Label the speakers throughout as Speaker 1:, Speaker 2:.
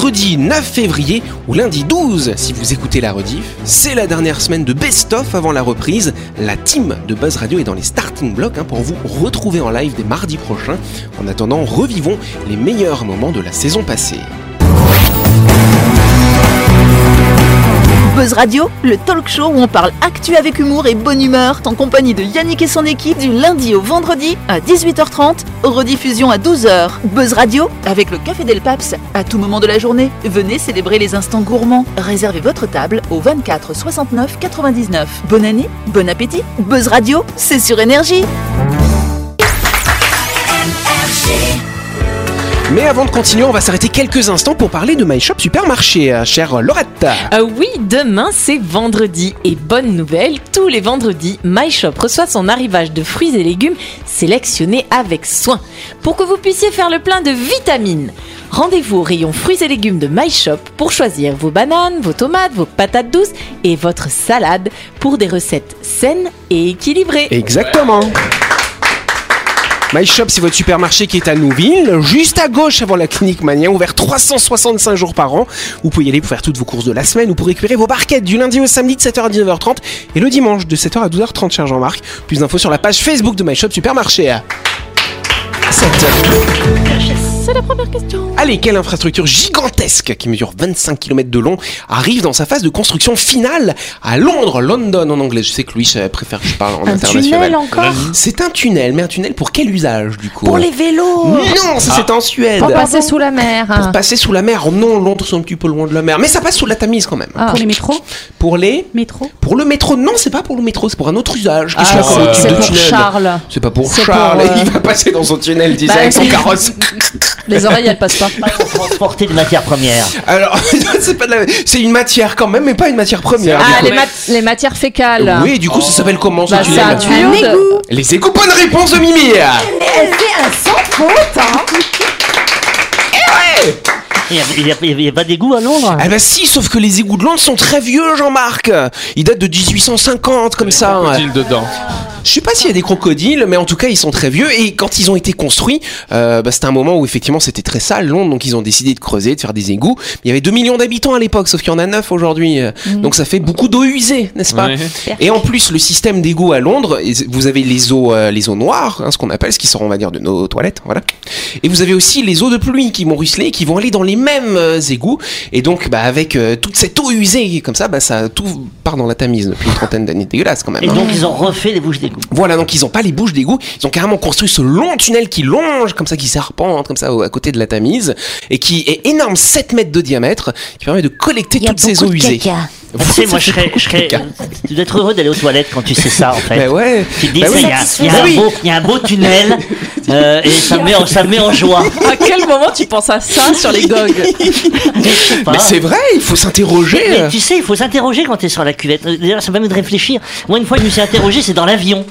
Speaker 1: jeudi 9 février ou lundi 12 si vous écoutez la rediff. C'est la dernière semaine de best-of avant la reprise. La team de Buzz Radio est dans les starting blocks hein, pour vous retrouver en live dès mardi prochain. En attendant, revivons les meilleurs moments de la saison passée.
Speaker 2: Buzz Radio, le talk show où on parle actu avec humour et bonne humeur, en compagnie de Yannick et son équipe du lundi au vendredi à 18h30, rediffusion à 12h. Buzz Radio, avec le Café Del Paps, à tout moment de la journée. Venez célébrer les instants gourmands. Réservez votre table au 24 69 99. Bonne année, bon appétit. Buzz Radio, c'est sur Énergie.
Speaker 1: Mais avant de continuer, on va s'arrêter quelques instants pour parler de My Shop Supermarché, euh, chère Laurette.
Speaker 3: Ah oui, demain c'est vendredi et bonne nouvelle, tous les vendredis, My Shop reçoit son arrivage de fruits et légumes sélectionnés avec soin pour que vous puissiez faire le plein de vitamines. Rendez-vous au rayon fruits et légumes de My Shop pour choisir vos bananes, vos tomates, vos patates douces et votre salade pour des recettes saines et équilibrées.
Speaker 1: Exactement. My Shop, c'est votre supermarché qui est à Nouville, juste à gauche avant la clinique Mania, ouvert 365 jours par an. Vous pouvez y aller pour faire toutes vos courses de la semaine ou pour récupérer vos barquettes du lundi au samedi de 7h à 19h30 et le dimanche de 7h à 12h30, cher Jean-Marc. Plus d'infos sur la page Facebook de My Shop Supermarché. 7h.
Speaker 3: C'est la première question.
Speaker 1: Allez, quelle infrastructure gigantesque qui mesure 25 km de long arrive dans sa phase de construction finale à Londres, London en anglais. Je sais que Louis euh, préfère que je parle en
Speaker 3: Un
Speaker 1: international.
Speaker 3: tunnel encore
Speaker 1: C'est un tunnel, mais un tunnel pour quel usage du coup
Speaker 3: Pour les vélos
Speaker 1: Non, ça c'est en Suède.
Speaker 4: Pour passer sous la mer. hein.
Speaker 1: Pour passer sous la mer. Oh Non, Londres c'est un petit peu loin de la mer, mais ça passe sous la Tamise quand même.
Speaker 4: Ah.
Speaker 5: Pour les métros
Speaker 1: Pour les
Speaker 5: Métro
Speaker 1: pour le métro, non, c'est pas pour le métro, c'est pour un autre usage. Qu'est-ce
Speaker 4: Ah,
Speaker 1: que comme type
Speaker 4: c'est
Speaker 1: de
Speaker 4: pour
Speaker 1: tunnel
Speaker 4: Charles.
Speaker 1: C'est pas pour
Speaker 4: C'est
Speaker 1: Charles,
Speaker 4: pour, euh,
Speaker 1: il va passer dans son tunnel, disait
Speaker 4: Bah,
Speaker 1: avec son
Speaker 4: oui.
Speaker 1: carrosse.
Speaker 4: Les oreilles, elles passent pas.
Speaker 6: pour transporter des matières premières.
Speaker 1: Alors, c'est pas de la- c'est une matière quand même, mais pas une matière première.
Speaker 4: Ah,
Speaker 1: du
Speaker 4: les, mat- les matières fécales.
Speaker 1: coup. Oui, du coup, ça s'appelle comment ce
Speaker 4: Bah, c'est
Speaker 1: tunnel
Speaker 4: un tuyau de-
Speaker 1: Les échos, bonne réponse de Mimi
Speaker 6: Il n'y a, il y a- il y a pas d'égout à Londres
Speaker 1: Ah bah si, sauf que les égouts de Londres sont très vieux, Jean-Marc Ils datent de 1850, comme ça hein.
Speaker 7: Crocodile dedans.
Speaker 1: Je sais pas s'il y a des crocodiles, mais en tout cas, ils sont très vieux. Et quand ils ont été construits, euh, bah, c'était un moment où effectivement c'était très sale, Londres. Donc ils ont décidé de creuser, de faire des égouts. Il y avait 2 millions d'habitants à l'époque, sauf qu'il y en a 9 aujourd'hui. Euh,
Speaker 4: Mmh.
Speaker 1: Donc ça fait beaucoup d'eau usée, n'est-ce pas
Speaker 7: Ouais.
Speaker 1: Et en plus, le système d'égouts à Londres, et vous avez les eaux, euh, les eaux noires, hein, ce qu'on appelle, ce qui sort, on va dire, de nos toilettes. voilà. Et vous avez aussi les eaux de pluie qui vont ruisseler, et qui vont aller dans les mêmes euh, égouts. Et donc, bah, avec euh, toute cette eau usée, comme ça, bah, ça tout part dans la Tamise depuis une trentaine d'années. Dégueulasse quand même.
Speaker 6: Et
Speaker 1: hein.
Speaker 6: donc ils ont refait les bouches d'égout.
Speaker 1: Voilà, donc ils ont pas les bouches d'égout, ils ont carrément construit ce long tunnel qui longe, comme ça, qui serpente, comme ça, au- à côté de la Tamise, et qui est énorme, 7 mètres de diamètre, qui permet de collecter toutes ces eaux usées.
Speaker 6: Tu sais, moi je serais. Je serais
Speaker 1: caca.
Speaker 6: tu dois être heureux d'aller aux toilettes quand tu sais ça en fait.
Speaker 1: Mais ouais,
Speaker 6: Tu te dis,
Speaker 1: Bah
Speaker 6: ça,
Speaker 1: oui.
Speaker 6: il y a- il y, a
Speaker 1: Bah
Speaker 6: un
Speaker 1: oui.
Speaker 6: beau- il y a un beau tunnel euh, et ça me met, en- ça me met en joie.
Speaker 5: À quel moment tu penses à ça sur les gogues
Speaker 6: Je sais pas.
Speaker 1: mais c'est vrai, il faut s'interroger. euh.
Speaker 6: Mais tu sais, il faut s'interroger quand t'es sur la cuvette. Euh, D'ailleurs, ça me permet de réfléchir. Moi, une fois, je me suis interrogé, c'est dans l'avion.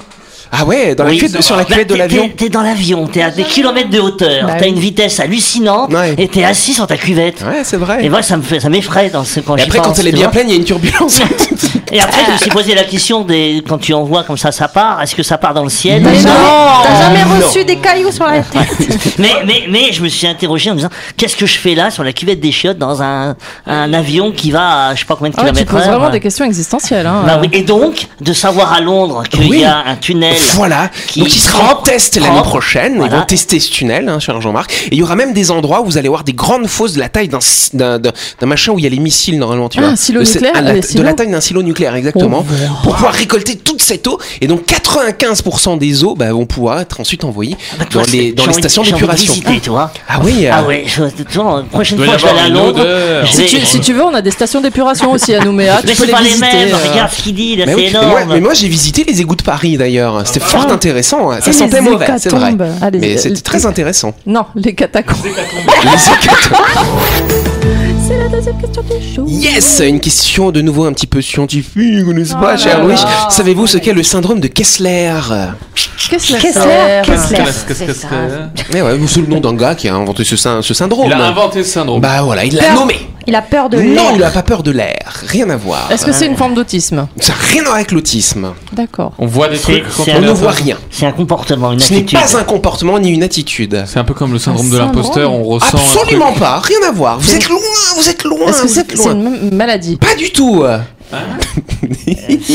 Speaker 1: Ah ouais, dans la
Speaker 6: Oui.
Speaker 1: cuvette de- sur la
Speaker 6: Bah,
Speaker 1: cuvette de
Speaker 6: t'es-
Speaker 1: l'avion.
Speaker 6: t'es- T'es dans l'avion, t'es à des kilomètres de hauteur,
Speaker 4: Bah
Speaker 6: t'as
Speaker 4: oui.
Speaker 6: une vitesse hallucinante
Speaker 1: Ouais.
Speaker 6: et t'es assis sur ta cuvette.
Speaker 1: Ouais, c'est
Speaker 6: Et
Speaker 1: vrai.
Speaker 6: moi, ça me fait, ça m'effraie dans ce quand
Speaker 1: Et
Speaker 6: j'y
Speaker 1: après, quand
Speaker 6: pense,
Speaker 1: elle est
Speaker 6: tu
Speaker 1: bien
Speaker 6: vois.
Speaker 1: pleine, il y a une turbulence.
Speaker 6: Et après, je me
Speaker 1: Euh.
Speaker 6: suis posé la question des quand tu envoies comme ça, ça part. Est-ce que ça part dans le ciel
Speaker 4: Mais non,
Speaker 2: Euh,
Speaker 4: T'as jamais
Speaker 1: Non.
Speaker 4: reçu des cailloux sur la tête
Speaker 6: mais, mais, mais je me suis interrogé en me disant qu'est-ce que je fais là sur la cuvette des chiottes dans un, un avion qui va à je sais pas combien de
Speaker 5: Ah ouais, Tu
Speaker 6: kilomètres
Speaker 5: poses
Speaker 6: heure.
Speaker 5: vraiment des questions existentielles. hein.
Speaker 6: Bah oui. Et donc, de savoir à Londres qu'il
Speaker 1: Oui.
Speaker 6: y a un tunnel.
Speaker 1: Voilà.
Speaker 6: qui-
Speaker 1: Donc il sera en test l'année
Speaker 6: Propre.
Speaker 1: prochaine. Ils
Speaker 6: Voilà.
Speaker 1: vont tester ce tunnel, hein, cher Jean-Marc. Et il y aura même des endroits où vous allez voir des grandes fosses de la taille d'un si- d'un d'un- d'un machin où il y a les missiles normalement. Tu
Speaker 5: Ah,
Speaker 1: vois.
Speaker 5: un silo
Speaker 1: De ce-
Speaker 5: nucléaire,
Speaker 1: à la-
Speaker 5: ah, des
Speaker 1: de
Speaker 5: silos.
Speaker 1: la taille d'un silo nucléaire, exactement. pour pouvoir récolter toute cette eau. Et donc 95% des eaux bah, vont pouvoir être ensuite envoyées
Speaker 6: Bah, tu
Speaker 1: dans
Speaker 6: vois,
Speaker 1: les, dans
Speaker 6: c'est- j'ai
Speaker 1: les
Speaker 6: envie de-
Speaker 1: stations
Speaker 6: j'ai envie de
Speaker 1: d'épuration.
Speaker 6: visiter, tu vois.
Speaker 1: Ah oui. euh,
Speaker 6: Ah ouais, je, tu vois, la prochaine
Speaker 7: doit y
Speaker 6: fois que je vais aller
Speaker 7: avoir
Speaker 6: à
Speaker 7: une
Speaker 6: Londres,
Speaker 7: odeur.
Speaker 6: je
Speaker 5: Si
Speaker 6: vais-
Speaker 5: tu, si tu veux, on a des stations d'épuration aussi à Nouméa.
Speaker 6: mais
Speaker 5: Tu peux
Speaker 6: c'est
Speaker 5: les
Speaker 6: pas les
Speaker 5: visiter.
Speaker 6: mêmes,
Speaker 5: euh.
Speaker 6: regarde ce qu'il dit, là,
Speaker 1: Mais,
Speaker 6: c'est
Speaker 1: oui, mais moi,
Speaker 6: énorme.
Speaker 1: mais moi, j'ai visité les égouts de Paris d'ailleurs. C'était fort intéressant. hein. Ça
Speaker 5: Et
Speaker 1: sentait
Speaker 5: les
Speaker 1: mauvais, c'est vrai.
Speaker 5: hécatombes. Ah, les-
Speaker 1: Mais c'était très intéressant.
Speaker 5: Non, les catacombes.
Speaker 1: Les hécatombes.
Speaker 2: C'est la
Speaker 4: deuxième question du jour.
Speaker 1: Yes Une question de nouveau un petit peu scientifique, n'est-ce pas, cher Louis Savez-vous ce qu'est le syndrome de Kessler
Speaker 5: Qu'est-ce que
Speaker 4: Kessler. Kessler.
Speaker 7: Qu'est-ce que- qu'est-ce que-
Speaker 1: Mais ouais, c'est le nom d'un gars qui a inventé ce, syn- ce syndrome.
Speaker 7: Il a inventé ce syndrome.
Speaker 1: Oh, Bah voilà, il l'a
Speaker 4: Peur
Speaker 1: nommé.
Speaker 4: Il a peur de
Speaker 1: Non,
Speaker 4: l'air.
Speaker 1: il n'a pas peur de l'air. Rien à voir.
Speaker 5: Est-ce que c'est une forme d'autisme
Speaker 1: Ça n'a rien à voir avec l'autisme.
Speaker 5: D'accord.
Speaker 7: On voit des
Speaker 6: C'est-
Speaker 7: trucs quand
Speaker 6: c'est
Speaker 1: On
Speaker 6: Alors,
Speaker 1: ne
Speaker 7: on
Speaker 1: voit rien.
Speaker 6: C'est un comportement, une
Speaker 1: Ce n'est
Speaker 6: attitude.
Speaker 1: pas un comportement ni une attitude.
Speaker 7: C'est un peu comme le syndrome
Speaker 5: Un
Speaker 7: de l'imposteur,
Speaker 5: syndrome.
Speaker 7: on ressent. un truc.
Speaker 1: Absolument pas, rien à voir. Vous
Speaker 5: C'est-
Speaker 1: êtes loin, vous êtes loin,
Speaker 5: Est-ce que
Speaker 1: vous
Speaker 5: c'est
Speaker 1: êtes
Speaker 5: c'est
Speaker 1: loin.
Speaker 5: une m- maladie
Speaker 1: Pas du tout.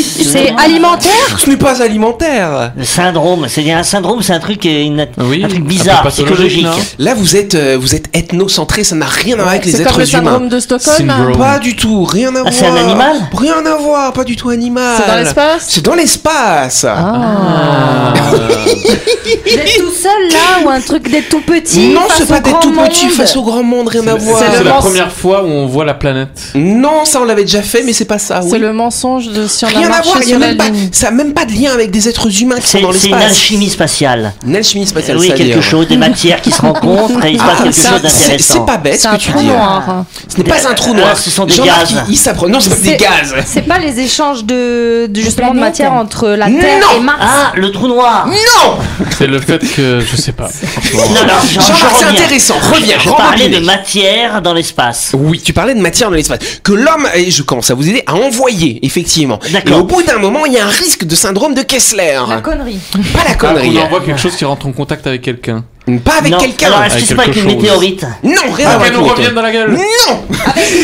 Speaker 4: C'est alimentaire
Speaker 1: Ce n'est pas alimentaire.
Speaker 6: Le syndrome, c'est un syndrome, c'est un truc, euh, une-
Speaker 7: Ah Oui,
Speaker 6: un truc
Speaker 7: un peu
Speaker 6: bizarre,
Speaker 7: pathologique,
Speaker 6: psychologique.
Speaker 7: non
Speaker 1: Là, vous êtes, euh, vous êtes ethnocentré, ça n'a rien à voir avec les
Speaker 5: C'est comme le
Speaker 1: êtres
Speaker 5: syndrome
Speaker 1: humains.
Speaker 5: de Stockholm hein
Speaker 7: Syndrome.
Speaker 1: Pas du tout, rien à voir.
Speaker 6: Ah, c'est un animal
Speaker 1: Rien à voir, pas du tout animal.
Speaker 5: C'est dans l'espace
Speaker 1: C'est dans l'espace.
Speaker 6: Ah.
Speaker 7: Euh,
Speaker 4: Vous êtes tout seul là ou un truc d'être tout petit
Speaker 1: non,
Speaker 4: face
Speaker 1: c'est pas
Speaker 4: au
Speaker 1: des
Speaker 4: grand
Speaker 1: tout petits
Speaker 4: monde
Speaker 1: face au grand monde, rien à voir.
Speaker 7: C'est la
Speaker 5: mens-
Speaker 7: première fois où on voit la planète.
Speaker 1: Non, ça on l'avait déjà fait, mais c'est pas ça.
Speaker 5: C'est
Speaker 1: Ah oui.
Speaker 5: le mensonge de si on a
Speaker 1: Rien à
Speaker 5: marché
Speaker 1: voir, il y a
Speaker 5: sur la
Speaker 1: même pas,
Speaker 5: ligne.
Speaker 1: ça a même pas de lien avec des êtres humains qui
Speaker 6: C'est
Speaker 1: sont dans
Speaker 6: c'est une
Speaker 1: l'espace. Bah,
Speaker 6: alchimie spatiale. Euh,
Speaker 1: Une alchimie spatiale,
Speaker 6: oui,
Speaker 1: c'est-à-dire.
Speaker 6: quelque chose, des matières qui se rencontrent et il se passe
Speaker 1: Ah,
Speaker 6: quelque
Speaker 1: c'est-
Speaker 6: chose
Speaker 1: c'est c'est
Speaker 6: d'intéressant.
Speaker 1: pas bête
Speaker 5: C'est
Speaker 1: ce
Speaker 5: un
Speaker 1: que tu
Speaker 5: trou
Speaker 1: dis.
Speaker 5: noir. hein.
Speaker 1: Ce n'est pas un trou noir.
Speaker 6: Ah, ce sont des
Speaker 1: Jean-Marc,
Speaker 6: gaz.
Speaker 1: Il, il s'approche. Non, c'est pas des
Speaker 4: C'est-
Speaker 1: gaz.
Speaker 4: C'est pas les échanges de, de- justement de
Speaker 5: planètes.
Speaker 4: matière entre la Terre
Speaker 1: Non.
Speaker 4: et Mars.
Speaker 6: Ah, le trou noir
Speaker 1: Non,
Speaker 7: C'est le fait que. Je sais pas. Ah,
Speaker 6: Non, non, je- je
Speaker 1: Jean-Marc, c'est
Speaker 6: reviens.
Speaker 1: intéressant. Reviens.
Speaker 6: Je parlais de
Speaker 1: rembobine.
Speaker 6: matière dans l'espace.
Speaker 1: Oui, tu parlais de matière dans l'espace. Que l'homme, et je commence à vous aider, à envoyer, effectivement. Et
Speaker 6: D'accord.
Speaker 1: au bout d'un moment, il y a un risque de syndrome de Kessler.
Speaker 4: La connerie.
Speaker 1: Pas la connerie. hein.
Speaker 7: on envoie quelque chose qui rentre en contact avec quelqu'un.
Speaker 1: Pas avec
Speaker 6: Non. Alors,
Speaker 1: quelqu'un.
Speaker 6: est-ce que
Speaker 7: Avec
Speaker 6: c'est pas avec
Speaker 7: Ah, quelque
Speaker 6: une
Speaker 7: chose.
Speaker 6: météorite
Speaker 1: Non, rien à
Speaker 7: Ah,
Speaker 1: voir
Speaker 7: qu'elle nous
Speaker 1: avec
Speaker 7: revienne dans la gueule
Speaker 1: Non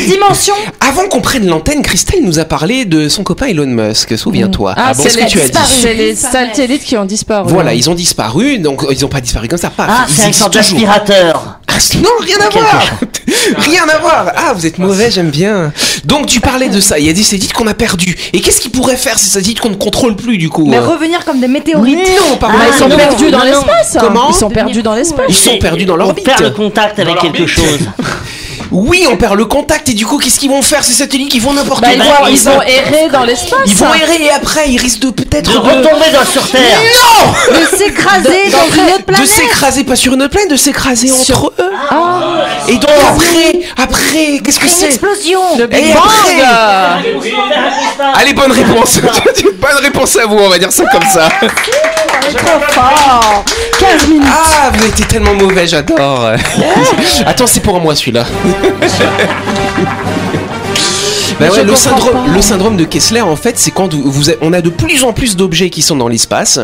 Speaker 4: Dimension
Speaker 1: Avant qu'on prenne l'antenne, Christelle nous a parlé de son copain Elon Musk, souviens-toi.
Speaker 5: Ah,
Speaker 1: bon,
Speaker 5: c'est
Speaker 1: ce
Speaker 5: les-
Speaker 1: que tu as dit.
Speaker 5: C'est les satellites qui ont disparu.
Speaker 1: Voilà, ils ont disparu, donc euh, ils n'ont pas disparu comme ça, pas.
Speaker 6: Ah,
Speaker 1: ils
Speaker 6: c'est un
Speaker 1: existent
Speaker 6: sorte
Speaker 1: toujours.
Speaker 6: d'aspirateur.
Speaker 1: Ah, non, rien à voir Rien à voir Ah, vous êtes mauvais, j'aime bien. Donc tu parlais de ça, il y a des satellites qu'on a perdu. Et qu'est-ce qu'ils pourraient faire ces satellites qu'on ne contrôle plus du coup
Speaker 4: Mais
Speaker 1: euh
Speaker 4: revenir comme des météorites. Ah,
Speaker 1: Non, pardon.
Speaker 5: Bah, ils sont
Speaker 6: non,
Speaker 5: perdus dans
Speaker 6: non, non.
Speaker 5: l'espace. hein.
Speaker 1: Comment
Speaker 5: Ils sont perdus dans l'espace.
Speaker 1: Ils sont
Speaker 6: C'est-
Speaker 1: perdus dans
Speaker 6: On
Speaker 1: l'orbite.
Speaker 6: perd le contact avec
Speaker 7: Dans
Speaker 6: quelque
Speaker 7: l'orbite.
Speaker 6: chose.
Speaker 1: Oui, on perd le contact et du coup, qu'est-ce qu'ils vont faire ces satellites Ils vont n'importe
Speaker 5: Bah, ils,
Speaker 1: où.
Speaker 5: vont, ils vont errer dans l'espace.
Speaker 1: Ils vont
Speaker 5: hein.
Speaker 1: errer et après, ils risquent de peut-être
Speaker 6: De
Speaker 1: de-
Speaker 6: retomber dans sur Terre.
Speaker 4: Euh, De s'écraser dans une autre
Speaker 1: de
Speaker 4: planète.
Speaker 1: s'écraser pas sur une autre planète, de s'écraser entre eux.
Speaker 5: Ah.
Speaker 1: Et donc après, après, qu'est-ce que
Speaker 4: Une
Speaker 1: c'est
Speaker 4: explosion.
Speaker 5: Le
Speaker 1: Et
Speaker 5: Big Bang.
Speaker 1: après Allez, bonne réponse. bonne réponse à vous, on va dire ça comme ça.
Speaker 4: 15 minutes.
Speaker 1: Ah, vous étiez tellement mauvais, j'adore. Attends, c'est pour moi celui-là. Bah ouais, le, syndrome, le syndrome de Kessler, en fait, c'est quand vous, vous- on a de plus en plus d'objets qui sont dans l'espace.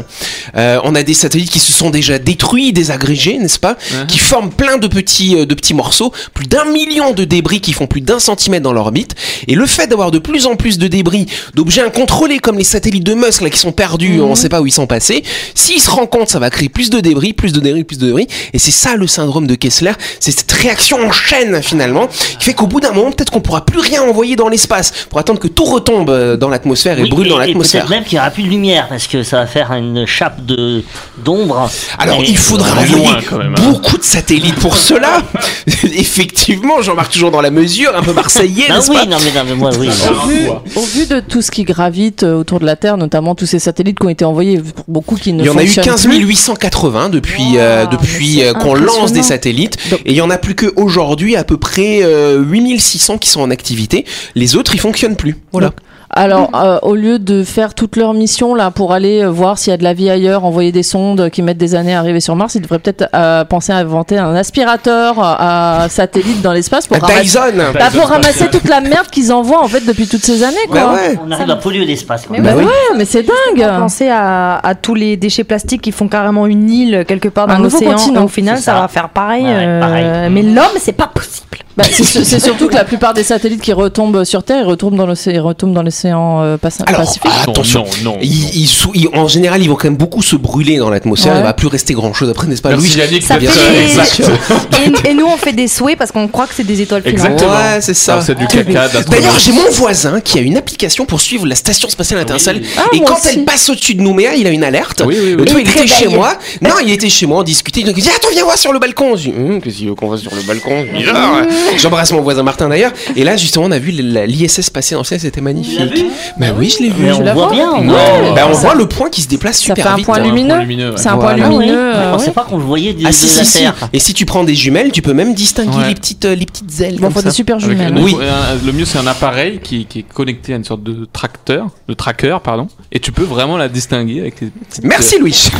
Speaker 1: Euh, on a des satellites qui se sont déjà détruits, désagrégés, n'est-ce pas Qui forment plein de petits, euh, de petits morceaux, plus d'un million de débris qui font plus d'un centimètre dans l'orbite. Et le fait d'avoir de plus en plus de débris, d'objets incontrôlés comme les satellites de Musk là, qui sont perdus, on ne sait pas où ils sont passés, s'ils se rendent compte, ça va créer plus de débris, plus de débris, plus de débris. Et c'est ça le syndrome de Kessler, c'est cette réaction en chaîne finalement, qui fait qu'au bout d'un moment, peut-être qu'on pourra plus rien envoyer dans l'espace pour attendre que tout retombe euh, dans l'atmosphère et
Speaker 6: Oui,
Speaker 1: brûle dans l'atmosphère.
Speaker 6: peut-être même qu'il n'y aura plus de lumière parce que ça va faire une chape de d'ombre.
Speaker 1: Alors,
Speaker 6: Et- bah
Speaker 1: il faudra
Speaker 7: on est loin,
Speaker 1: envoyer
Speaker 7: quand même, hein.
Speaker 1: beaucoup de satellites pour cela. Effectivement, j'en marque toujours dans la mesure, un peu marseillais,
Speaker 6: Bah
Speaker 1: n'est-ce
Speaker 6: oui,
Speaker 1: pas
Speaker 6: non mais, non, mais moi oui.
Speaker 5: Au vu- Au vu de tout ce qui gravite euh, autour de la Terre, notamment tous ces satellites qui ont été envoyés, pour beaucoup qui ne
Speaker 1: Il y en a eu
Speaker 5: fonctionnent
Speaker 1: 15
Speaker 5: plus.
Speaker 1: 880 depuis, euh, depuis euh, qu'on lance des satellites.
Speaker 5: Donc-
Speaker 1: Et il y en a plus qu'aujourd'hui à peu près euh, 8600 qui sont en activité. Les autres, ils fonctionnent plus. Voilà.
Speaker 5: Alors, euh, au lieu de faire toute leur mission là pour aller euh, voir s'il y a de la vie ailleurs, envoyer des sondes qui mettent des années à arriver sur Mars, ils devraient peut-être euh, penser à inventer un aspirateur euh, à satellite dans l'espace pour, ramasser-
Speaker 1: Dyson
Speaker 5: Bah, pour ramasser toute la merde qu'ils envoient en fait depuis toutes ces années. Quoi.
Speaker 1: Bah ouais.
Speaker 6: On arrive à polluer l'espace. quoi.
Speaker 5: Bah
Speaker 1: Bah oui.
Speaker 5: ouais, mais c'est
Speaker 6: Euh.
Speaker 5: dingue.
Speaker 4: Pensez à, à tous les déchets plastiques qui font carrément une île quelque part dans
Speaker 5: Un nouveau
Speaker 4: l'océan.
Speaker 5: continent.
Speaker 4: Et Au final,
Speaker 6: C'est
Speaker 4: ça.
Speaker 6: ça.
Speaker 4: va faire pareil.
Speaker 6: Ouais,
Speaker 4: euh,
Speaker 6: pareil.
Speaker 4: Mais l'homme, c'est pas possible.
Speaker 5: Bah, c'est su- c'est surtout que la plupart des satellites qui retombent sur Terre, ils retombent dans l'océan, ils retombent dans l'océan euh, Paci-
Speaker 1: Alors, ah,
Speaker 5: Pacifique.
Speaker 7: Non,
Speaker 1: attention.
Speaker 7: Non, non.
Speaker 1: Ils- ils sou- ils- en général, ils vont quand même beaucoup se brûler dans l'atmosphère.
Speaker 5: Ouais.
Speaker 1: Il va plus rester grand chose après, n'est-ce pas, Louis
Speaker 7: Merci Yannick,
Speaker 4: Ça
Speaker 7: d'être-
Speaker 4: fait des-
Speaker 7: Exact.
Speaker 4: Et, et nous, on fait des souhaits parce qu'on croit que c'est des étoiles filantes.
Speaker 7: Exactement.
Speaker 1: Ouais, c'est ça. Ah,
Speaker 7: Alors, Ah, C'est du caca.
Speaker 1: Bah, D'ailleurs, j'ai mon voisin qui a une application pour suivre la station spatiale internationale. et
Speaker 5: moi
Speaker 1: quand
Speaker 5: aussi.
Speaker 1: elle passe au-dessus de Nouméa, il a une alerte.
Speaker 7: Oui, oui, oui.
Speaker 1: L'autre,
Speaker 4: Il
Speaker 1: il
Speaker 4: te
Speaker 1: était chez
Speaker 4: réveille.
Speaker 1: moi. Non, il était chez moi, on discutait. Donc, il dit Attends, viens voir sur le balcon. Je dis Hum, Qu'est-ce qu'il veut qu'on va sur le balcon C'est bizarre. J'embrasse mon voisin Martin d'ailleurs. Et là, justement, on a vu la- l'ISS passer dans le ciel, c'était magnifique. Bah oui, je l'ai vu.
Speaker 6: Mais on
Speaker 5: la
Speaker 6: voit
Speaker 5: vois
Speaker 6: bien, Ah on
Speaker 1: Ouais,
Speaker 6: voit.
Speaker 1: bah, on voit le point qui se déplace
Speaker 5: Ça
Speaker 1: super
Speaker 5: fait un
Speaker 1: vite.
Speaker 5: point
Speaker 1: hein.
Speaker 7: Ouais,
Speaker 5: lumineux.
Speaker 7: lumineux, ouais.
Speaker 5: C'est un point
Speaker 1: Voilà.
Speaker 6: Ah oui.
Speaker 5: lumineux.
Speaker 6: Ouais,
Speaker 5: euh,
Speaker 6: on
Speaker 5: ouais.
Speaker 6: sait pas qu'on le voyait de,
Speaker 1: Ah
Speaker 6: de
Speaker 1: si,
Speaker 6: la
Speaker 1: si, si.
Speaker 6: Terre.
Speaker 1: Et si tu prends des jumelles, tu peux même distinguer
Speaker 7: Ouais.
Speaker 1: les, petites, euh, les petites ailes.
Speaker 5: Bon,
Speaker 1: comme
Speaker 5: faut
Speaker 1: ça.
Speaker 5: des super
Speaker 7: Avec
Speaker 5: jumelles.
Speaker 7: un-
Speaker 1: Oui.
Speaker 7: un- le mieux, c'est un appareil qui, qui est connecté à une sorte de tracteur, de tracker, pardon, et tu peux vraiment la distinguer avec les petites-
Speaker 1: Merci Louis.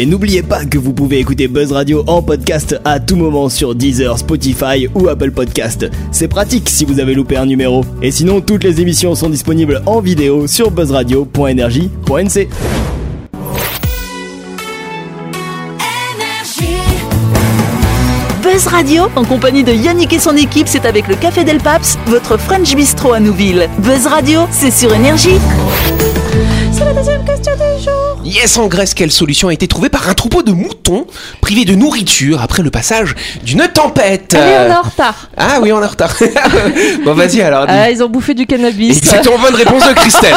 Speaker 8: Et n'oubliez pas que vous pouvez écouter Buzz Radio en podcast à tout moment sur Deezer, Spotify ou Apple Podcast. C'est pratique si vous avez loupé un numéro. Et sinon, toutes les émissions sont disponibles en vidéo sur buzzradio.energie.nc.
Speaker 2: Buzz Radio, en compagnie de Yannick et son équipe, c'est avec le Café Del Paps, votre French Bistro à Nouville. Buzz Radio, c'est sur Énergie.
Speaker 1: Yes, en Grèce, quelle solution a été trouvée par un troupeau de moutons privés de nourriture après le passage d'une tempête
Speaker 5: Allez, on est
Speaker 1: Euh,
Speaker 5: en retard.
Speaker 1: Ah oui, on est en retard. bon, vas-y alors. dis.
Speaker 5: Ah, ils ont bouffé du cannabis.
Speaker 1: Exactement bonne réponse de Christelle.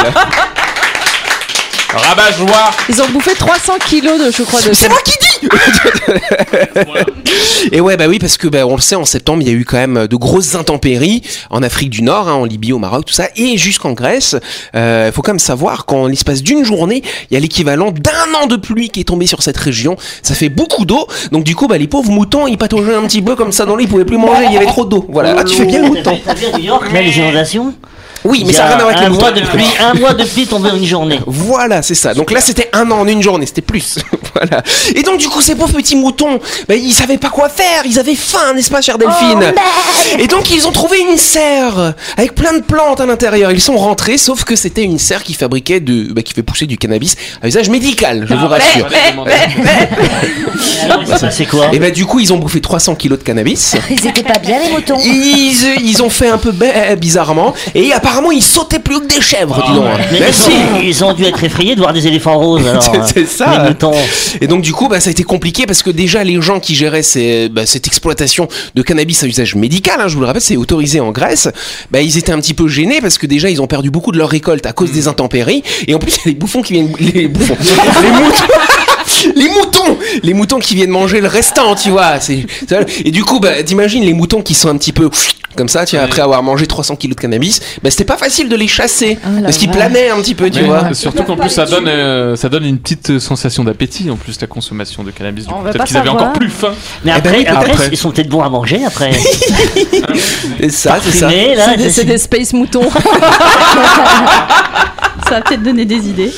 Speaker 7: Rabat joie
Speaker 5: Ils ont bouffé 300 kilos de, je crois, de.
Speaker 1: C'est moi qui dis Et ouais, bah oui, parce que bah, on le sait, en septembre, il y a eu quand même euh, de grosses intempéries en Afrique du Nord, hein, en Libye, au Maroc, tout ça, et jusqu'en Grèce. Il faut quand même savoir qu'en l'espace d'une journée, il y a l'équivalent d'un an de pluie qui est tombé sur cette région. Ça fait beaucoup d'eau, donc du coup, bah, les pauvres moutons, ils pataugeaient un petit peu comme ça dans l'eau, ils pouvaient plus manger, il y avait trop d'eau.
Speaker 6: Oh,
Speaker 1: Voilà, Ah, tu fais bien le mouton.
Speaker 6: T'as vu à New York, là, les inondations
Speaker 1: Oui, mais
Speaker 6: Il y
Speaker 1: ça n'a rien à
Speaker 6: a
Speaker 1: voir avec les Ah
Speaker 6: un
Speaker 1: moutons.
Speaker 6: mois de pluie, un mois de pluie tombé en une journée.
Speaker 1: Voilà, c'est ça. Donc là, c'était un an en une journée, c'était plus. voilà. Et donc, du coup, ces pauvres petits moutons, bah, ils savaient pas quoi faire. Ils avaient faim, n'est-ce pas, chère
Speaker 9: Oh,
Speaker 1: Delphine Et donc, ils ont trouvé une serre avec plein de plantes à l'intérieur. Ils sont rentrés, sauf que c'était une serre qui fabriquait de, bah, qui fait pousser du cannabis à usage médical,
Speaker 6: Ah
Speaker 1: je vous rassure.
Speaker 6: Alors, Ah ça, c'est quoi
Speaker 1: Et bah, du coup, ils ont bouffé 300 kilos de cannabis.
Speaker 9: Ils étaient pas bien les moutons.
Speaker 1: Ils, euh, ils ont fait un peu ba- bizarrement. Et apparemment, ils sautaient plus haut que des chèvres, dis donc.
Speaker 6: Ah Mais
Speaker 1: Bah,
Speaker 6: ils,
Speaker 1: si.
Speaker 6: ont, ils ont dû être effrayés de voir des éléphants roses alors.
Speaker 1: C'est-
Speaker 6: euh,
Speaker 1: c'est ça.
Speaker 6: Les moutons.
Speaker 1: Et donc du coup, bah, ça a été compliqué parce que déjà les gens qui géraient ces- bah, cette exploitation de cannabis à usage médical, hein, je vous le rappelle, c'est autorisé en Grèce, bah, ils étaient un petit peu gênés parce que déjà ils ont perdu beaucoup de leur récolte à cause des intempéries. Et en plus, il y a les bouffons qui viennent... Les bouffons. les moutons. Les moutons, les moutons qui viennent manger le restant, tu vois. c'est- c'est- Et du coup, bah, t'imagines les moutons qui sont un petit peu comme ça, tu vois, après avoir mangé 300 kilos de cannabis, bah, c'était pas facile de les chasser
Speaker 5: la
Speaker 1: parce qu'ils
Speaker 5: vache.
Speaker 1: planaient un petit peu, tu
Speaker 7: Mais
Speaker 1: vois.
Speaker 7: Surtout qu'en plus, ça donne, euh, ça donne une petite sensation d'appétit, en plus, la consommation de cannabis. Du
Speaker 5: On
Speaker 7: coup,
Speaker 5: va
Speaker 7: Peut-être
Speaker 5: pas
Speaker 7: qu'ils avaient
Speaker 5: savoir.
Speaker 7: encore plus faim.
Speaker 6: Mais
Speaker 1: Eh ben
Speaker 6: après,
Speaker 1: oui, peut-être.
Speaker 6: après,
Speaker 7: Après.
Speaker 6: ils sont peut-être bons à manger après.
Speaker 1: Et ça, c'est ça.
Speaker 6: Fumés, là,
Speaker 5: C'est des-
Speaker 6: ça,
Speaker 5: C'est
Speaker 6: c'est-
Speaker 5: des space moutons.
Speaker 10: Ça va peut-être donner des idées.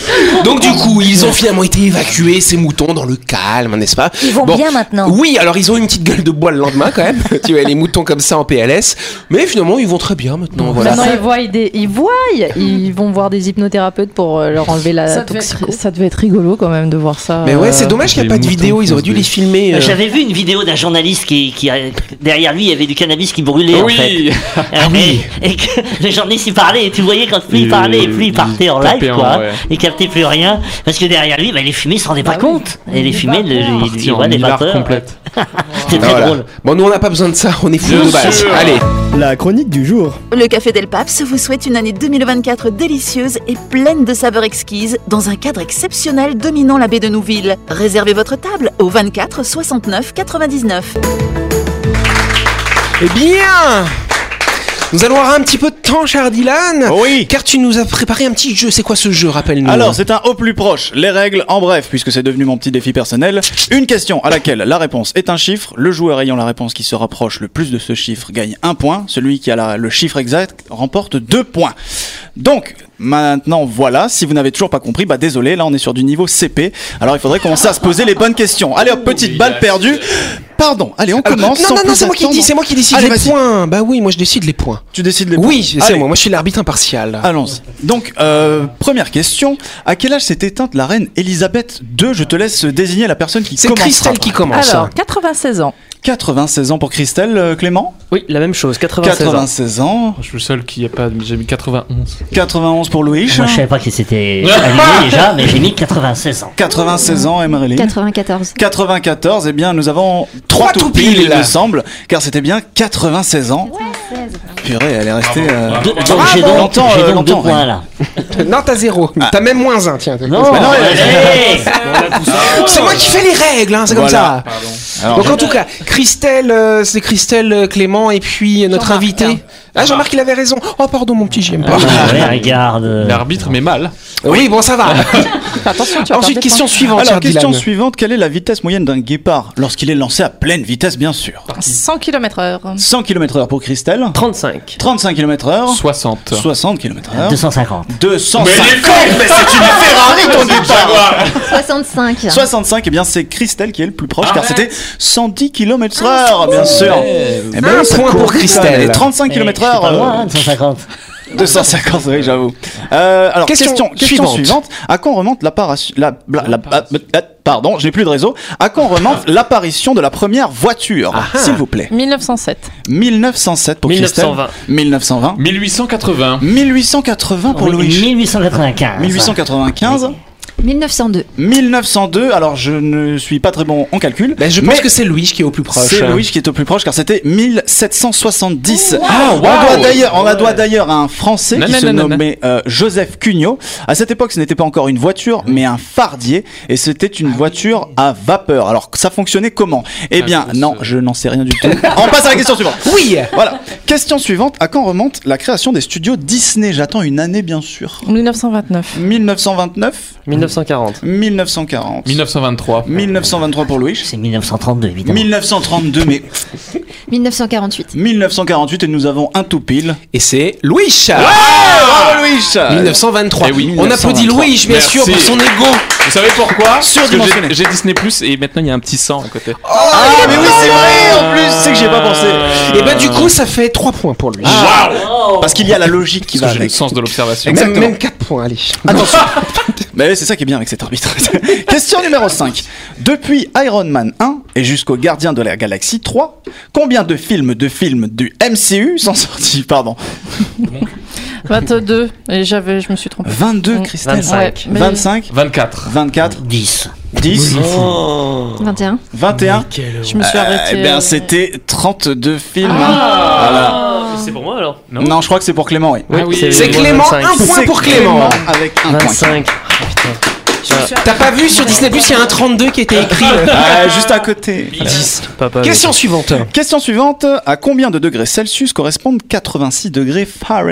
Speaker 1: Donc du coup, ils ont finalement été évacués, ces moutons, dans le calme, n'est-ce pas
Speaker 9: Ils vont
Speaker 1: Bon.
Speaker 9: bien hein. maintenant.
Speaker 1: Oui, alors ils ont une petite gueule de bois le lendemain quand même. tu vois, les moutons comme ça en PLS. Mais finalement, ils vont très bien maintenant. Voilà.
Speaker 4: Maintenant, ils voient, des- ils voient, ils vont voir des hypnothérapeutes pour euh, leur enlever la
Speaker 5: Ça devait,
Speaker 4: toxico.
Speaker 5: être, ça devait être rigolo quand même de voir ça.
Speaker 1: Mais
Speaker 5: euh,
Speaker 1: ouais, c'est dommage qu'il n'y a
Speaker 7: les
Speaker 1: pas de
Speaker 7: moutons
Speaker 1: vidéo.
Speaker 7: qui
Speaker 1: Ils auraient
Speaker 7: se
Speaker 1: dû les
Speaker 7: baissent.
Speaker 1: filmer. euh.
Speaker 6: J'avais vu une vidéo d'un journaliste qui, qui a- derrière lui il y avait du cannabis qui brûlait en fait.
Speaker 7: oui
Speaker 6: Euh, et, et que le journaliste il parlait et tu voyais quand plus il
Speaker 7: Il-
Speaker 6: parlait et plus il
Speaker 7: il
Speaker 6: partait en
Speaker 7: tapait
Speaker 6: live
Speaker 7: en-
Speaker 6: quoi.
Speaker 7: ouais.
Speaker 6: Il captait plus rien parce que derrière lui bah, les fumées se rendaient pas compte. Et les fumées, le,
Speaker 7: Il est
Speaker 6: il,
Speaker 7: parti
Speaker 6: il
Speaker 7: en
Speaker 6: voit des
Speaker 7: hilar
Speaker 6: vapeurs.
Speaker 7: complète.
Speaker 6: C'était très
Speaker 1: Ah, Voilà.
Speaker 6: drôle.
Speaker 1: Bon, nous on n'a pas besoin de ça, on est fous
Speaker 7: Bien
Speaker 1: de base.
Speaker 7: sûr.
Speaker 1: Allez,
Speaker 8: La chronique du jour.
Speaker 2: Le Café Del Paps vous souhaite une année 2024 délicieuse et pleine de saveurs exquises dans un cadre exceptionnel dominant la baie de Nouville. Réservez votre table au 24 69 99.
Speaker 1: eh bien, nous allons avoir un petit peu de temps, cher Dylan.
Speaker 8: Oui
Speaker 1: Car tu nous as préparé un petit jeu. C'est quoi ce jeu Rappelle-nous.
Speaker 11: Oh. Alors, c'est un au plus proche. Les règles, en bref, puisque c'est devenu mon petit défi personnel. Une question à laquelle la réponse est un chiffre. Le joueur ayant la réponse qui se rapproche le plus de ce chiffre gagne un point. Celui qui a la- le chiffre exact remporte deux points. Donc, maintenant, voilà. Si vous n'avez toujours pas compris, bah désolé, là on est sur du niveau CP. Alors, il faudrait commencer à se poser les bonnes questions. Allez hop, petite balle perdue. Pardon. Allez, on
Speaker 1: Alors,
Speaker 11: commence.
Speaker 1: Ah, Euh, non,
Speaker 11: sans
Speaker 1: non, non,
Speaker 11: plus
Speaker 1: c'est moi qui
Speaker 11: attendre.
Speaker 1: dis, c'est moi qui décide
Speaker 11: Allez,
Speaker 1: les
Speaker 11: vas-y.
Speaker 1: points. Bah oui, moi je décide les points.
Speaker 11: Tu décides les
Speaker 1: Oui,
Speaker 11: points.
Speaker 1: c'est
Speaker 11: Allez.
Speaker 1: moi. Moi je suis l'arbitre impartial.
Speaker 11: Allons-y. Donc, euh, première question. À quel âge s'est éteinte la reine Elisabeth II Je te laisse désigner la personne qui
Speaker 1: C'est
Speaker 11: commencera.
Speaker 1: Christelle qui commence.
Speaker 5: Alors, 96 ans.
Speaker 11: 96 ans pour Christelle, euh, Clément
Speaker 9: Oui, la même chose, 96 ans.
Speaker 11: 96 ans.
Speaker 7: Je suis le seul qui a pas. J'ai mis 91.
Speaker 11: 91 pour Louis.
Speaker 6: Moi, je savais pas qui c'était allumé déjà, mais j'ai mis 96 ans.
Speaker 11: 96 ans, Emery.
Speaker 12: 94.
Speaker 11: 94, eh bien, nous avons trois tours piles, il me semble, car c'était bien 96 ans. Purée, elle est restée. euh,
Speaker 6: Deux- donc, j'ai donc-
Speaker 11: longtemps,
Speaker 6: j'ai
Speaker 11: euh,
Speaker 6: donc deux
Speaker 11: longtemps,
Speaker 6: points,
Speaker 11: ouais.
Speaker 6: là.
Speaker 1: non, t'as zéro.
Speaker 11: Ah.
Speaker 1: T'as même moins un, tiens.
Speaker 6: Non,
Speaker 1: Mais
Speaker 6: allez.
Speaker 1: mais- C'est moi qui fais les règles, hein, c'est comme
Speaker 11: Voilà.
Speaker 1: ça.
Speaker 11: Alors,
Speaker 1: Donc
Speaker 11: je-
Speaker 1: en tout cas, Christelle, euh, c'est Christelle euh, Clément et puis euh, notre invité. Ah Jean-Marc, il avait raison. Oh pardon, mon petit, j'aime pas.
Speaker 11: Ah.
Speaker 6: Ouais, regarde. euh,
Speaker 7: L'arbitre met mal.
Speaker 1: Oui, bon, ça va.
Speaker 5: Attention, tu
Speaker 1: Ensuite,
Speaker 5: vas perdre des
Speaker 1: question
Speaker 5: points.
Speaker 1: suivante.
Speaker 11: Alors,
Speaker 1: cher
Speaker 11: question
Speaker 1: Dylan.
Speaker 11: suivante quelle est la vitesse moyenne d'un guépard lorsqu'il est lancé à pleine vitesse, bien sûr
Speaker 5: 100 km/h.
Speaker 11: 100 km/h pour Christelle,
Speaker 9: 35.
Speaker 11: 35 km/h,
Speaker 7: 60.
Speaker 11: 60 km/h,
Speaker 6: 250.
Speaker 11: 205.
Speaker 12: mais c'est une
Speaker 11: Ferrari, ton guépard
Speaker 12: 65.
Speaker 11: 65, eh bien c'est Christelle qui est le plus proche car c'était 110 km/h, bien sûr. Eh ben,
Speaker 1: Un
Speaker 11: ça
Speaker 1: point
Speaker 11: court
Speaker 1: pour
Speaker 11: vite,
Speaker 1: Christelle.
Speaker 11: hein, les 35
Speaker 6: Eh, je suis
Speaker 11: km/h.
Speaker 6: pas
Speaker 11: euh,
Speaker 6: loin, hein, 250.
Speaker 11: 250, oui, j'avoue. Euh, alors,
Speaker 1: Question
Speaker 11: question, question
Speaker 1: suivante.
Speaker 11: suivante. À quand remonte l'apparition. La, la- la- la- pardon, je n'ai plus de réseau. À quand remonte l'apparition de la première voiture S'il vous plaît.
Speaker 5: 1907.
Speaker 11: 1907 pour Christelle.
Speaker 9: 1920.
Speaker 11: 1920.
Speaker 7: 1880.
Speaker 11: 1880 Ah, pour
Speaker 6: Oui,
Speaker 11: Louis.
Speaker 6: 1895.
Speaker 11: 1895.
Speaker 12: 1902.
Speaker 11: 1902. Alors, je ne suis pas très bon en calcul.
Speaker 1: Ben, je pense
Speaker 11: mais
Speaker 1: que c'est Louis qui est au plus proche.
Speaker 11: C'est Louis qui est au plus proche car c'était 1770.
Speaker 7: Ah,
Speaker 11: on doit d'ailleurs, on la doit d'ailleurs à un Français
Speaker 7: Non,
Speaker 11: qui
Speaker 7: non,
Speaker 11: se
Speaker 7: non, non,
Speaker 11: nommait euh, Joseph Cugnot. À cette époque, ce n'était pas encore une voiture, mais un fardier, et c'était une voiture à vapeur. Alors, ça fonctionnait comment Eh
Speaker 7: Ah,
Speaker 11: bien,
Speaker 7: je pense,
Speaker 11: non,
Speaker 7: euh.
Speaker 11: je n'en sais rien du tout. on passe à la question suivante.
Speaker 1: Oui.
Speaker 11: Voilà. Question suivante. À quand remonte la création des studios Disney J'attends une année, bien sûr.
Speaker 5: 1929.
Speaker 11: 1929,
Speaker 9: 1940.
Speaker 11: 1940,
Speaker 7: 1923.
Speaker 11: 1923 pour Louis.
Speaker 6: C'est 1932, évidemment.
Speaker 11: 1932, mais
Speaker 12: 1948.
Speaker 11: 1948 et nous avons un tout pile.
Speaker 1: Et c'est Louis.
Speaker 11: Ah.
Speaker 1: Euh,
Speaker 11: Bravo Louis
Speaker 1: 1923.
Speaker 7: Eh oui,
Speaker 1: On applaudit
Speaker 11: 1923.
Speaker 1: Louis, bien sûr, pour
Speaker 7: Merci.
Speaker 1: son ego.
Speaker 7: Vous savez pourquoi Parce que
Speaker 11: Surdimensionné.
Speaker 7: j'ai- J'ai Disney Plus et maintenant il y a un petit sang à côté.
Speaker 11: Ah mais oui c'est vrai en plus c'est que j'ai pas pensé.
Speaker 1: Et ben
Speaker 11: Euh.
Speaker 1: du coup, ça fait 3 points pour lui.
Speaker 11: Ah, Parce qu'il y a la logique qui va
Speaker 7: Parce que j'ai le
Speaker 11: avec.
Speaker 7: sens de l'observation.
Speaker 11: Exact.
Speaker 1: même,
Speaker 11: exactement.
Speaker 1: même 4 points, allez.
Speaker 11: Attention. Mais c'est ça qui est bien avec cet arbitre. Question numéro 5. Depuis Iron Man 1 et jusqu'au Gardien de la Galaxie 3, combien de films de films du MCU sont sortis Pardon.
Speaker 5: 22. Et j'avais, je me suis trompée.
Speaker 11: 22 Christelle.
Speaker 9: 25.
Speaker 5: Ouais, mais-
Speaker 11: 25
Speaker 7: 24.
Speaker 11: 24
Speaker 6: 10.
Speaker 11: 10
Speaker 12: 21.
Speaker 11: 21
Speaker 5: Je me suis arrêtée. euh,
Speaker 11: Eh bien c'était 32 films.
Speaker 9: C'est pour moi alors
Speaker 11: Voilà. Non je crois que c'est pour Clément oui.
Speaker 7: Ah oui,
Speaker 1: C'est
Speaker 9: moi,
Speaker 1: Clément,
Speaker 9: 25.
Speaker 1: un point
Speaker 11: C'est
Speaker 1: pour Clément.
Speaker 11: avec un point.
Speaker 9: 25. Ah, putain.
Speaker 1: T'as pas vu sur Disney Plus, il y a un 32 qui a été écrit.
Speaker 11: Ah, juste à côté.
Speaker 1: 10.
Speaker 9: Papa,
Speaker 1: Question suivante.
Speaker 11: Question suivante. À combien de degrés Celsius correspondent 86 degrés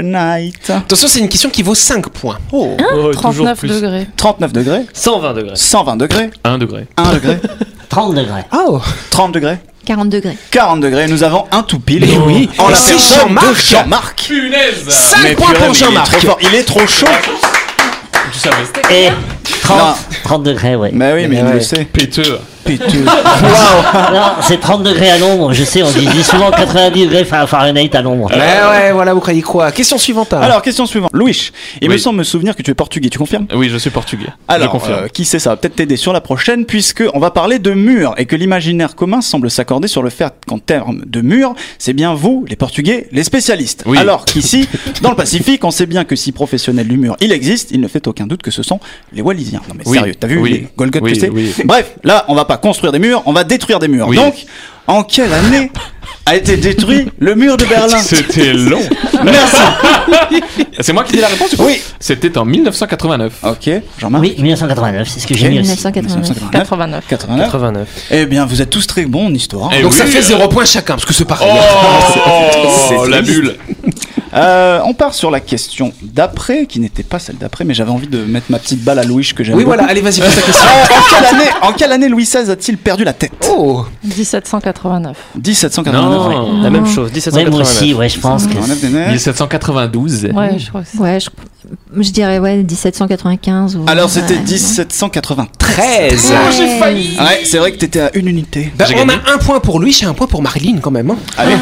Speaker 11: Fahrenheit
Speaker 1: Attention, c'est une question qui vaut 5 points.
Speaker 11: Oh,
Speaker 9: Oh, toujours
Speaker 5: 39
Speaker 9: plus.
Speaker 5: degrés.
Speaker 11: 39 degrés,
Speaker 9: 120 degrés.
Speaker 11: 120 degrés,
Speaker 7: 1 degré.
Speaker 11: 1 degré,
Speaker 6: 30 degrés.
Speaker 1: Oh.
Speaker 11: 30 degrés,
Speaker 12: 40 degrés.
Speaker 11: 40 degrés. Nous avons un tout pile.
Speaker 1: Mais Eh oui.
Speaker 11: En
Speaker 1: Et
Speaker 11: la
Speaker 1: c'est
Speaker 11: personne de
Speaker 1: Jean-Marc.
Speaker 11: Jean-Marc.
Speaker 1: 5 points
Speaker 11: purée, mais
Speaker 1: pour
Speaker 11: Il est
Speaker 1: Jean-Marc.
Speaker 11: trop fort. Il est trop chaud.
Speaker 7: Tu savais.
Speaker 6: Et
Speaker 11: Non.
Speaker 6: 30, 30 Eh, degrés, ouais.
Speaker 11: Mais oui, mais il
Speaker 1: ouais.
Speaker 11: le sait.
Speaker 7: Péteux.
Speaker 11: Péteux.
Speaker 6: Non, c'est 30 degrés à l'ombre, je sais, on dit, dit souvent 90 degrés Fa- Fahrenheit à l'ombre.
Speaker 1: Ouais, Eh ouais, voilà, vous croyez quoi Question suivante. hein.
Speaker 11: Alors, question suivante. Louis, il
Speaker 7: Oui.
Speaker 11: me semble me souvenir que tu es portugais, tu confirmes
Speaker 7: Oui, je suis portugais. je
Speaker 11: Alors,
Speaker 7: confirme.
Speaker 11: euh, qui sait, ça va peut-être t'aider sur la prochaine, puisque on va parler de murs et que l'imaginaire commun semble s'accorder sur le fait qu'en termes de murs, c'est bien vous, les Portugais, les spécialistes.
Speaker 7: Oui.
Speaker 11: Alors qu'ici, dans le Pacifique, on sait bien que si professionnel du mur il existe, il ne fait aucun doute que ce sont les Wallisiens. Non mais
Speaker 7: Oui.
Speaker 11: sérieux, t'as vu
Speaker 7: Oui.
Speaker 11: les Golgothes
Speaker 7: Oui,
Speaker 11: tu sais
Speaker 7: oui.
Speaker 11: Bref, là, on va pas construire des murs, on va détruire des murs.
Speaker 7: Oui.
Speaker 11: Donc, en quelle année a été détruit le mur de Berlin
Speaker 7: C'était long.
Speaker 11: Merci.
Speaker 7: C'est moi qui dis la réponse, tu penses
Speaker 11: Oui.
Speaker 7: C'était en 1989.
Speaker 11: Ok, Jean-Marc.
Speaker 6: Oui, 1989, c'est ce que j'ai mis aussi.
Speaker 12: 1989.
Speaker 5: 89.
Speaker 11: 89.
Speaker 9: 89.
Speaker 11: Eh bien, vous êtes tous très bons en histoire. hein.
Speaker 7: Eh
Speaker 1: Donc
Speaker 7: oui.
Speaker 1: ça fait 0 points chacun, parce que c'est pareil.
Speaker 7: Oh,
Speaker 11: C'est
Speaker 7: la
Speaker 11: triste.
Speaker 7: bulle.
Speaker 11: Euh, on part sur la question d'après, qui n'était pas celle d'après, mais j'avais envie de mettre ma petite balle à Louis que j'aime.
Speaker 1: Oui, voilà,
Speaker 11: beaucoup.
Speaker 1: allez, vas-y, pose ta question.
Speaker 11: Euh, en, quelle année, en quelle année Louis XVI a-t-il perdu la tête
Speaker 1: Oh.
Speaker 5: 1789.
Speaker 11: 1789.
Speaker 7: Non.
Speaker 9: La même chose,
Speaker 6: Ouais, moi
Speaker 9: 1789.
Speaker 6: aussi, ouais, je pense que.
Speaker 7: 1792.
Speaker 5: Ouais, je crois que c'est.
Speaker 12: Ouais, je, je dirais ouais 1795 ou.
Speaker 11: Alors c'était
Speaker 12: ouais.
Speaker 11: 1793.
Speaker 1: 13.
Speaker 12: Ah, j'ai failli.
Speaker 11: Ouais, c'est vrai que t'étais à une unité.
Speaker 1: Bah,
Speaker 7: J'ai
Speaker 1: on
Speaker 7: gagné.
Speaker 1: a un point pour Louis et un point pour Marilyn quand même. hein.
Speaker 11: Allez,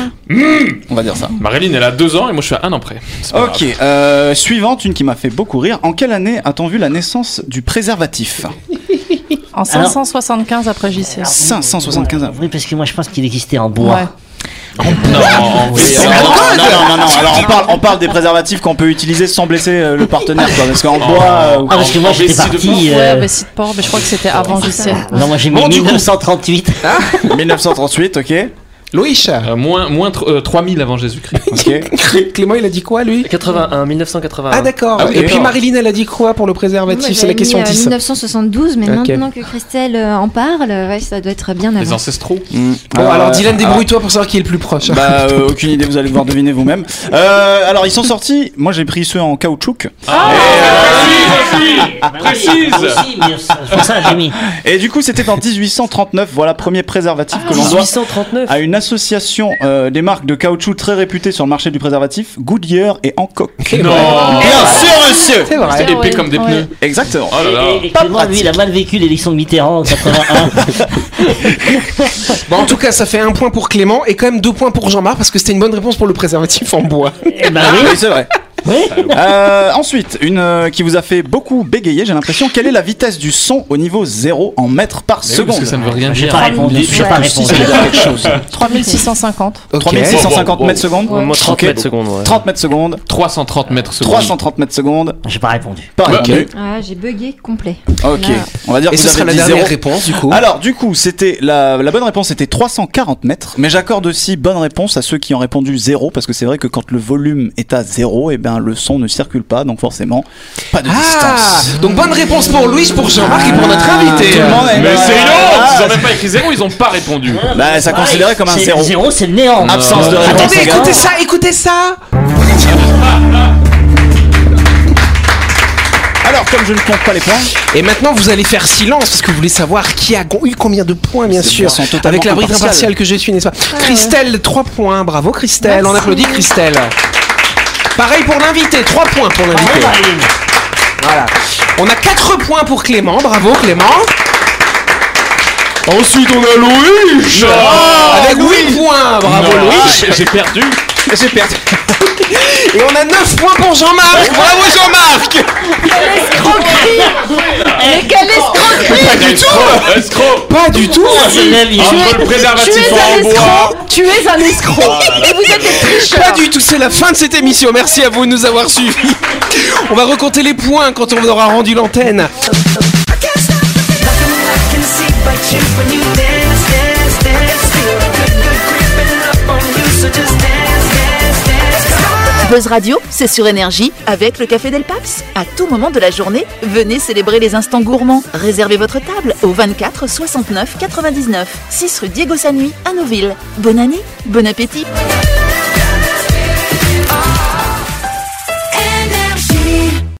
Speaker 11: On va dire ça.
Speaker 7: Marilyn, elle a deux ans et moi je suis à un an près. C'est pas
Speaker 11: Ok,
Speaker 7: grave.
Speaker 11: euh, suivante, une qui m'a fait beaucoup rire. En quelle année a-t-on vu la naissance du préservatif
Speaker 5: En 575 après JC.
Speaker 11: 575
Speaker 6: Oui, parce que moi je pense qu'il existait en bois.
Speaker 5: Ouais.
Speaker 11: Non,
Speaker 6: c'est
Speaker 11: Ah, non,
Speaker 6: une
Speaker 11: non,
Speaker 6: blague
Speaker 11: non, non, non. Alors on parle, on parle des préservatifs qu'on peut utiliser sans blesser euh, le partenaire, quoi. Parce qu'en bois. euh,
Speaker 6: Ah, parce que moi,
Speaker 11: en
Speaker 6: j'étais
Speaker 11: vessie de
Speaker 6: parti,
Speaker 11: porc.
Speaker 6: euh,
Speaker 5: Ouais, bah, si de porc, mais je crois que c'était avant JC.
Speaker 6: Non, moi j'ai mis
Speaker 11: Bon, du coup.
Speaker 6: 1938.
Speaker 11: 1938, ok.
Speaker 1: Loïs
Speaker 7: Moins, moins tr- euh, 3000 avant Jésus-Christ.
Speaker 1: Clément, il a dit quoi lui
Speaker 9: 81, 1981.
Speaker 1: Ah d'accord.
Speaker 7: Ah oui,
Speaker 1: Et puis
Speaker 7: d'accord.
Speaker 1: Marilyn, elle a dit quoi pour le préservatif
Speaker 12: Moi,
Speaker 1: C'est la
Speaker 12: j'avais
Speaker 1: question
Speaker 12: mis, euh,
Speaker 1: 10.
Speaker 12: 1972, mais
Speaker 1: Ok.
Speaker 12: maintenant que Christelle euh, en parle, euh, ouais, ça doit être bien
Speaker 6: Ah
Speaker 12: avant.
Speaker 7: ancestraux.
Speaker 1: Bon,
Speaker 11: Euh,
Speaker 1: alors Dylan,
Speaker 11: ah.
Speaker 1: débrouille-toi pour savoir qui est le plus proche.
Speaker 11: Bah, euh, aucune idée, vous allez devoir deviner vous-même. Euh, alors, ils sont sortis. Moi, j'ai pris ceux en caoutchouc.
Speaker 6: Ah,
Speaker 7: Ah, Précise
Speaker 6: C'est pour ça que j'ai mis.
Speaker 11: Et du coup, c'était en 1839. Voilà, premier préservatif que
Speaker 6: Ah.
Speaker 11: l'on doit
Speaker 9: 1839.
Speaker 11: à une association euh, des marques de caoutchouc très réputée sur le marché du préservatif, Goodyear et Hancock.
Speaker 6: Ah
Speaker 7: Non
Speaker 11: Bien sûr, monsieur
Speaker 1: C'est vrai.
Speaker 7: Épais comme des pneus.
Speaker 11: Exactement.
Speaker 7: Oh là là.
Speaker 6: Et, et Clément, lui, il a mal vécu l'élection de Mitterrand en 81.
Speaker 1: Bon, Bah, en tout cas, ça fait un point pour Clément et quand même deux points pour Jean-Marc parce que c'était une bonne réponse pour le préservatif en bois.
Speaker 6: Eh ben
Speaker 11: Ah Oui,
Speaker 6: oui.
Speaker 11: c'est vrai.
Speaker 6: Oui.
Speaker 11: Euh, ensuite, une euh, qui vous a fait beaucoup bégayer, j'ai l'impression. Quelle est la vitesse du son au niveau 0 en mètres par
Speaker 7: Mais oui, parce
Speaker 11: seconde
Speaker 7: que ça ne veut rien
Speaker 6: J'ai
Speaker 7: dire.
Speaker 6: pas répondu. J'ai pas répondu.
Speaker 11: quelque chose.
Speaker 5: 3650.
Speaker 1: Ok.
Speaker 11: 3650
Speaker 7: Bon, bon,
Speaker 11: mètres secondes.
Speaker 9: Moi 30
Speaker 11: Ok.
Speaker 9: mètres secondes. Ouais.
Speaker 11: 30 mètres secondes.
Speaker 7: 330 mètres secondes.
Speaker 11: 330 mètres secondes.
Speaker 6: J'ai pas répondu.
Speaker 11: Pas
Speaker 7: Bah,
Speaker 11: répondu.
Speaker 12: Ah, j'ai bugué complet.
Speaker 11: Ok.
Speaker 12: Là.
Speaker 11: On va dire
Speaker 1: Et
Speaker 11: que
Speaker 1: ce
Speaker 11: vous
Speaker 1: sera
Speaker 11: avez
Speaker 1: la
Speaker 11: dit
Speaker 1: dernière
Speaker 11: zéro.
Speaker 1: réponse du coup.
Speaker 11: Alors du coup, c'était la, la bonne réponse était 340 mètres, mais j'accorde aussi bonne réponse à ceux qui ont répondu zéro parce que c'est vrai que quand le volume est à zéro, et ben le son ne circule pas, donc forcément pas de
Speaker 1: Ah,
Speaker 11: distance. Ah,
Speaker 1: donc bonne réponse pour Louis, pour Jean-Marc et pour notre
Speaker 7: Ah,
Speaker 1: invité.
Speaker 11: Tout le monde est-
Speaker 7: hein. Mais c'est une honte
Speaker 11: Ah,
Speaker 7: Ils ont même pas écrit zéro, ils ont pas répondu.
Speaker 11: Bah, ça considérait comme un
Speaker 6: C'est-
Speaker 11: zéro.
Speaker 6: Zéro, c'est le néant. Ah,
Speaker 11: Absence de réponse.
Speaker 1: Attendez,
Speaker 11: Regarde.
Speaker 1: écoutez ça, écoutez ça.
Speaker 11: Alors comme je ne compte pas les points,
Speaker 1: Et maintenant, vous allez faire silence parce que vous voulez savoir qui a eu combien de points, bien
Speaker 11: Ces
Speaker 1: sûr.
Speaker 11: points sont totalement
Speaker 1: Avec la bride
Speaker 11: impartiales.
Speaker 1: impartiale que je suis, n'est-ce pas Christelle, 3 points. Bravo, Christelle. On
Speaker 12: Merci.
Speaker 1: applaudit Christelle. Pareil pour l'invité, 3 points pour l'invité. Voilà. On a 4 points pour Clément. Bravo, Clément.
Speaker 7: Ensuite, on a Louis Ah.
Speaker 1: Avec 8 points. Bravo,
Speaker 7: Non,
Speaker 1: Louis.
Speaker 7: j'ai- J'ai perdu
Speaker 11: j'ai perdu.
Speaker 1: Et on a 9 points pour Jean-Marc. Bravo, Jean-Marc.
Speaker 3: Mais quelle escroquerie
Speaker 7: Pas du tout Escroc
Speaker 1: Pas du tout.
Speaker 7: Entre le préservatif en bois
Speaker 3: Tu es un escroc Et vous êtes des tricheurs
Speaker 1: Pas du tout, c'est la fin de cette émission. Merci à vous de nous avoir suivis. On va recompter les points quand on aura rendu l'antenne.
Speaker 2: Buzz Radio, c'est sur énergie avec le Café Del Paps. À tout moment de la journée, venez célébrer les instants gourmands. Réservez votre table au 24 69 99 6 rue Diego Sanui à Nouville. Bonne année, bon appétit.